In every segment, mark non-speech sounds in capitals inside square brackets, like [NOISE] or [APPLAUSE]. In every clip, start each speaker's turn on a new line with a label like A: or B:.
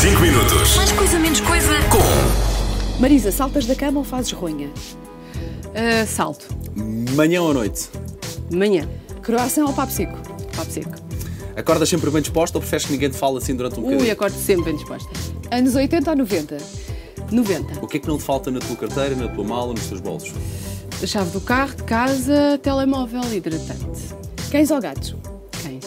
A: 5 minutos
B: Mais coisa, menos coisa.
A: com
C: Marisa, saltas da cama ou fazes ronha?
D: Ah, salto.
E: Manhã ou noite?
D: De manhã.
C: Croação ou papo seco?
D: Papo seco.
E: Acordas sempre bem disposta ou preferes que ninguém te fale assim durante um
D: Ui,
E: bocadinho?
D: acordo sempre bem disposta.
C: Anos 80 ou 90?
D: 90.
E: O que é que não te falta na tua carteira, na tua mala, nos teus bolsos?
D: A chave do carro, de casa, telemóvel, hidratante.
C: Cães ou gatos?
D: Cães.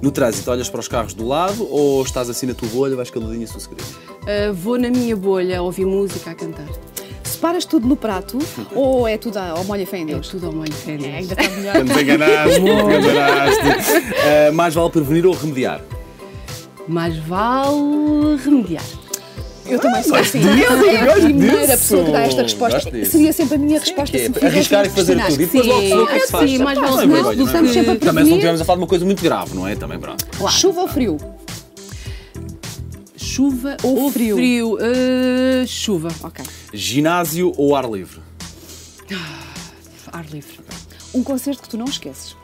E: No trânsito, olhas para os carros do lado ou estás assim na tua bolha, vais caladinha sossegadinha?
D: Ah, vou na minha bolha ouvir música a cantar.
C: Separas tudo no prato ou é tudo a, ou molha fé em
D: Eu
C: Deus? É, tá
D: estudo ao molho férias.
C: está melhor.
E: Quando te enganaste, enganaste. Ah, mais vale prevenir ou remediar?
D: Mais vale remediar.
C: Eu também sou assim. Eu é a
E: gosto
C: primeira
E: disso.
C: pessoa que dá esta resposta.
E: Gosto disso. é
C: Seria sempre a minha resposta se me fizessem
E: arriscar e fazer
C: questionar.
E: tudo e depois
D: Sim,
E: logo se vê o que é que se
D: sim,
E: faz.
D: mais
E: Não é
D: vale não,
E: vergonha, não é?
D: estamos sempre a
E: Também se não
D: prevenir.
E: estivermos a falar de uma coisa muito grave, não é? Também, pronto.
D: Claro.
C: Chuva ou frio?
D: Chuva
C: Ou
D: ou,
C: frio?
D: frio? Ah, chuva. Ok.
E: Ginásio ou ar livre?
D: Ar livre.
C: Um concerto que tu não esqueces.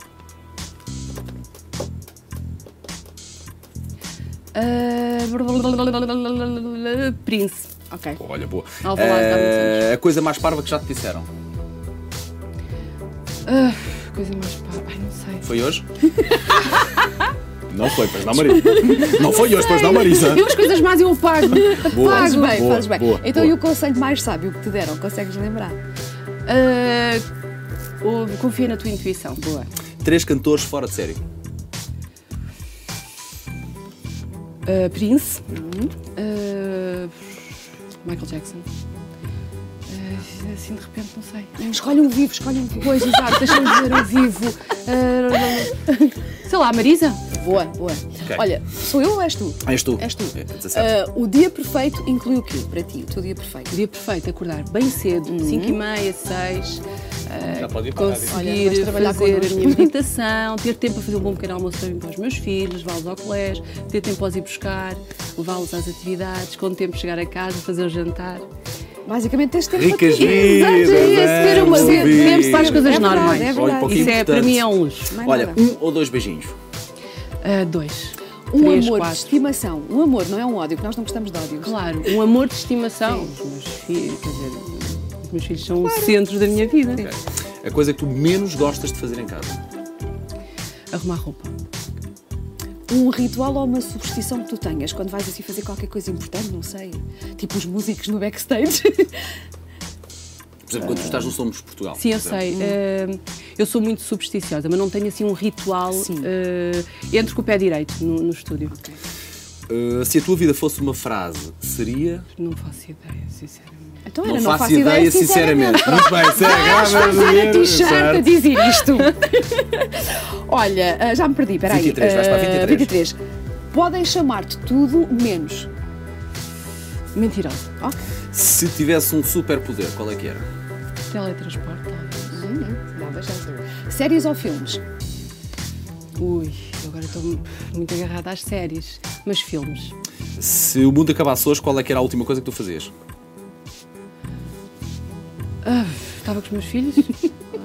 D: Ah, Prince.
C: Ok.
E: Olha, boa.
D: Alvalade, há muitos
E: Ah, a coisa mais parva que já te disseram.
D: Ah, coisa mais pá. Ai, não sei.
E: Foi hoje? [LAUGHS] não foi, pois não, Marisa. Não foi hoje, pois não, Marisa.
D: Eu as coisas mais eu pago.
E: Boa,
C: Fazes
D: Pago.
C: bem,
E: boa,
C: fazes bem.
E: boa,
C: então,
E: boa.
C: e o conselho mais sábio que te deram? Consegues lembrar?
D: Ah, ouve, confia na tua intuição. Boa.
E: Três cantores fora de série.
D: Ah, Prince. Ah, Michael Jackson. Ah, assim de repente, não sei.
C: Escolhe um vivo, escolhe um vivo.
D: Pois, exato, deixa-me dizer ao vivo. Ah, sei lá, Marisa?
C: Boa, boa. Olha, sou eu ou és tu?
E: És tu.
C: És tu.
E: É, 17.
C: Ah, o dia perfeito inclui o quê para ti? O teu dia perfeito?
D: Dia perfeito, acordar bem cedo, 5 e meia, 6.
E: Já pode ir para a rádio.
C: Olha,
D: conseguir
C: vais trabalhar
D: fazer
C: connosco.
D: a minha meditação, ter tempo a fazer um bom pequeno almoço também para os meus filhos, levá-los ao colégio, ter tempo a os ir buscar, levá-los às atividades, com tempo chegar a casa, fazer o jantar.
C: Basicamente tens de ter
E: Ricas vidas,
D: Exato, é esse, ter uma
E: vamos
D: vida,
E: ouvir.
D: tempo para as coisas
C: É verdade,
D: normais.
C: é
E: Olha, um
C: verdade.
E: pouquinho
D: Isso é, para
E: importante.
D: mim é um luxo.
C: Mais
E: Olha,
C: nada.
E: um ou dois beijinhos.
D: Ah, dois,
C: Um
D: três,
C: amor de
D: quatro.
C: estimação. Um amor, não é um ódio, que nós não gostamos de ódio.
D: Claro, um amor de estimação. Os meus filhos, quer dizer, os meus filhos são o centro da minha vida.
E: A coisa que tu menos gostas de fazer em casa.
D: Arrumar roupa.
C: Um ritual ou uma superstição que tu tenhas quando vais assim fazer qualquer coisa importante, não sei. Tipo os músicos no backstage. [LAUGHS]
E: Por exemplo, quando tu estás no Somos Portugal.
D: Sim, eu
E: por
D: sei.
E: exemplo.
D: Eh, eu sou muito supersticiosa, mas não tenho assim um ritual.
C: Sim.
D: eh, entro com o pé direito no, no estúdio.
E: Uh, se a tua vida fosse uma frase, seria.
D: Não faço ideia, sinceramente.
C: Então era, não, faço ideia, sinceramente.
E: Muito bem,
C: Para t-shirt a
E: sério.
C: dizer isto. [LAUGHS] Olha, ah, já me perdi, peraí.
E: 23, vais para a
C: Ah,
E: 23.
C: 23. Podem chamar-te tudo menos.
D: Mentirosa.
C: Ok.
E: Se tivesse um superpoder, qual é que era?
D: Teletransporte, talvez.
C: Nada, já sei. Séries ou filmes?
D: Ui, eu agora estou muito agarrada às séries, mas filmes.
E: Se o mundo acabasse hoje, qual é que era a última coisa que tu fazias?
D: Ah, estava com os meus [LAUGHS] filhos,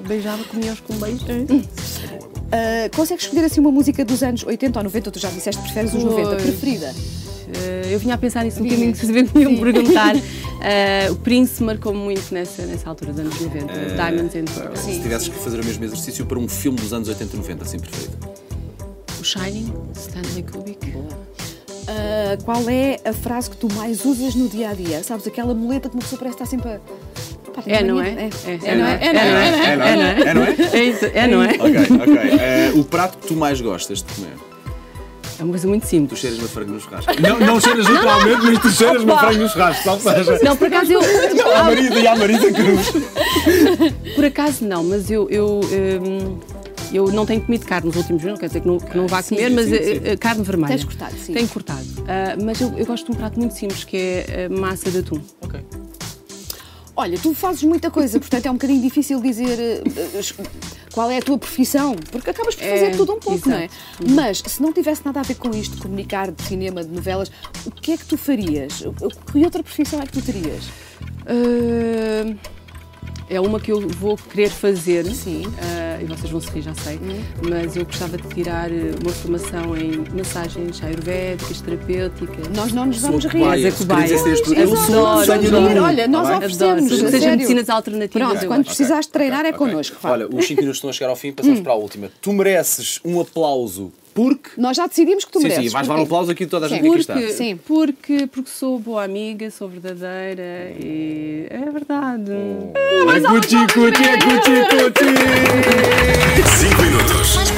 D: beijava, comia-os com um beijo.
C: Ah, consegues escolher assim uma música dos anos 80 ou 90? Ou tu já disseste que preferes os 90.
D: Pois.
C: Preferida?
D: Eh, eu vinha a pensar nisso um
C: Vinha.
D: bocadinho, que vocês me iam perguntar. Eh, o Prince marcou-me muito nessa, nessa altura dos anos 90, Diamonds and Pearls.
E: Eh, Se tivesses que fazer o mesmo exercício para um filme dos anos 80 e 90, assim perfeito.
D: O Shining, Stanley Kubrick.
C: Ah, qual é a frase que tu mais usas no dia a dia? Sabes, aquela muleta que uma pessoa parece estar sempre a. Pá, tenho
D: É, não é?
C: mania-
D: É, não é?
C: É, não é?
E: É, não é? É, não é?
D: É isso, é, não é?
E: Ok, ok. Eh, o prato que tu mais gostas de comer?
D: É uma coisa muito
E: Tu
D: simples.
E: cheiras me frango nos churrasco. Não, não cheiras literalmente, mas tu cheiras me frango nos churrasco. Ou seja,
D: Não, por acaso eu.
E: a Marisa e a Marisa Cruz.
D: Por acaso não, mas eu. eu hum, eu não tenho comido carne nos últimos dias, não quer dizer que não, que não vá comer, mas
E: Ah, sim,
D: eh, eh, carne vermelha.
C: Tens cortado, sim.
D: Tenho cortado. Ah, mas eu, eu gosto de um prato muito simples, que é eh, massa de atum.
E: Ok.
C: Olha, tu fazes muita coisa, portanto é um bocadinho difícil dizer ah, ah, es- qual é a tua profissão, porque acabas por fazer
D: É,
C: tudo um pouco,
D: exato. Uhum.
C: não é? Mas se não tivesse nada a ver com isto, de comunicar, de cinema, de novelas, o que é que tu farias? O- o- Que outra profissão é que tu terias?
D: Ah, é uma que eu vou querer fazer.
C: Sim.
D: Ah, ah, e vocês vão se rir, já sei,
E: Hum.
D: mas eu gostava de tirar eh, uma formação em massagens ayurvédicas, terapêuticas.
C: Nós não nos vamos
E: Sou
C: rir.
E: cobaia.
D: Mas é
E: Se queria
D: cobaia.
E: dizer ser estu-
D: Eu
E: é o
D: adoro,
E: sonho
D: adoro.
E: do mundo,
C: Olha, nós
E: tá bem?
C: oferecemos-
D: Adoro, tudo
C: a
D: que seja
C: sério.
D: medicinas alternativas.
C: Pronto,
D: eu
C: quando
D: gosto.
C: precisares de treinar é
E: Ok.
C: connosco. vá.
E: Olha, os 5 minutos estão a chegar ao fim, passamos para a última. Tu mereces um aplauso porque.
C: Nós já decidimos que tu
E: sim,
C: mereces.
E: sim, vais
C: por
E: levar um
C: ti.
E: aplauso aqui de toda a
C: Sim.
E: gente que aqui está.
D: Porque,
C: Sim.
D: porque, porque sou boa amiga, sou verdadeira e é verdade.
E: Hum. É cuti, cuti, é cuti, cuti!
A: 5 minutos.